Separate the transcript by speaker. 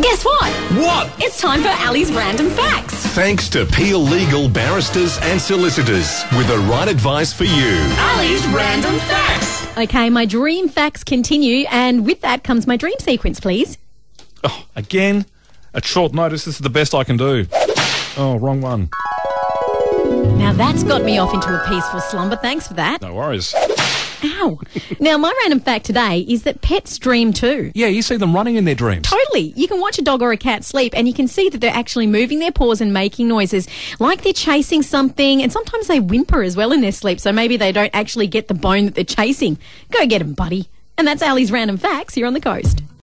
Speaker 1: guess what?
Speaker 2: What?
Speaker 1: It's time for Ali's random facts.
Speaker 2: Thanks to Peel Legal Barristers and Solicitors with the right advice for you.
Speaker 1: Ali's random facts.
Speaker 3: Okay, my dream facts continue, and with that comes my dream sequence, please.
Speaker 4: Oh, again, at short notice, this is the best I can do. Oh, wrong one.
Speaker 3: Now that's got me off into a peaceful slumber. Thanks for that.
Speaker 4: No worries.
Speaker 3: Ow. now, my random fact today is that pets dream too.
Speaker 4: Yeah, you see them running in their dreams.
Speaker 3: Totally. You can watch a dog or a cat sleep and you can see that they're actually moving their paws and making noises like they're chasing something. And sometimes they whimper as well in their sleep, so maybe they don't actually get the bone that they're chasing. Go get 'em, buddy. And that's Ali's random facts here on the coast.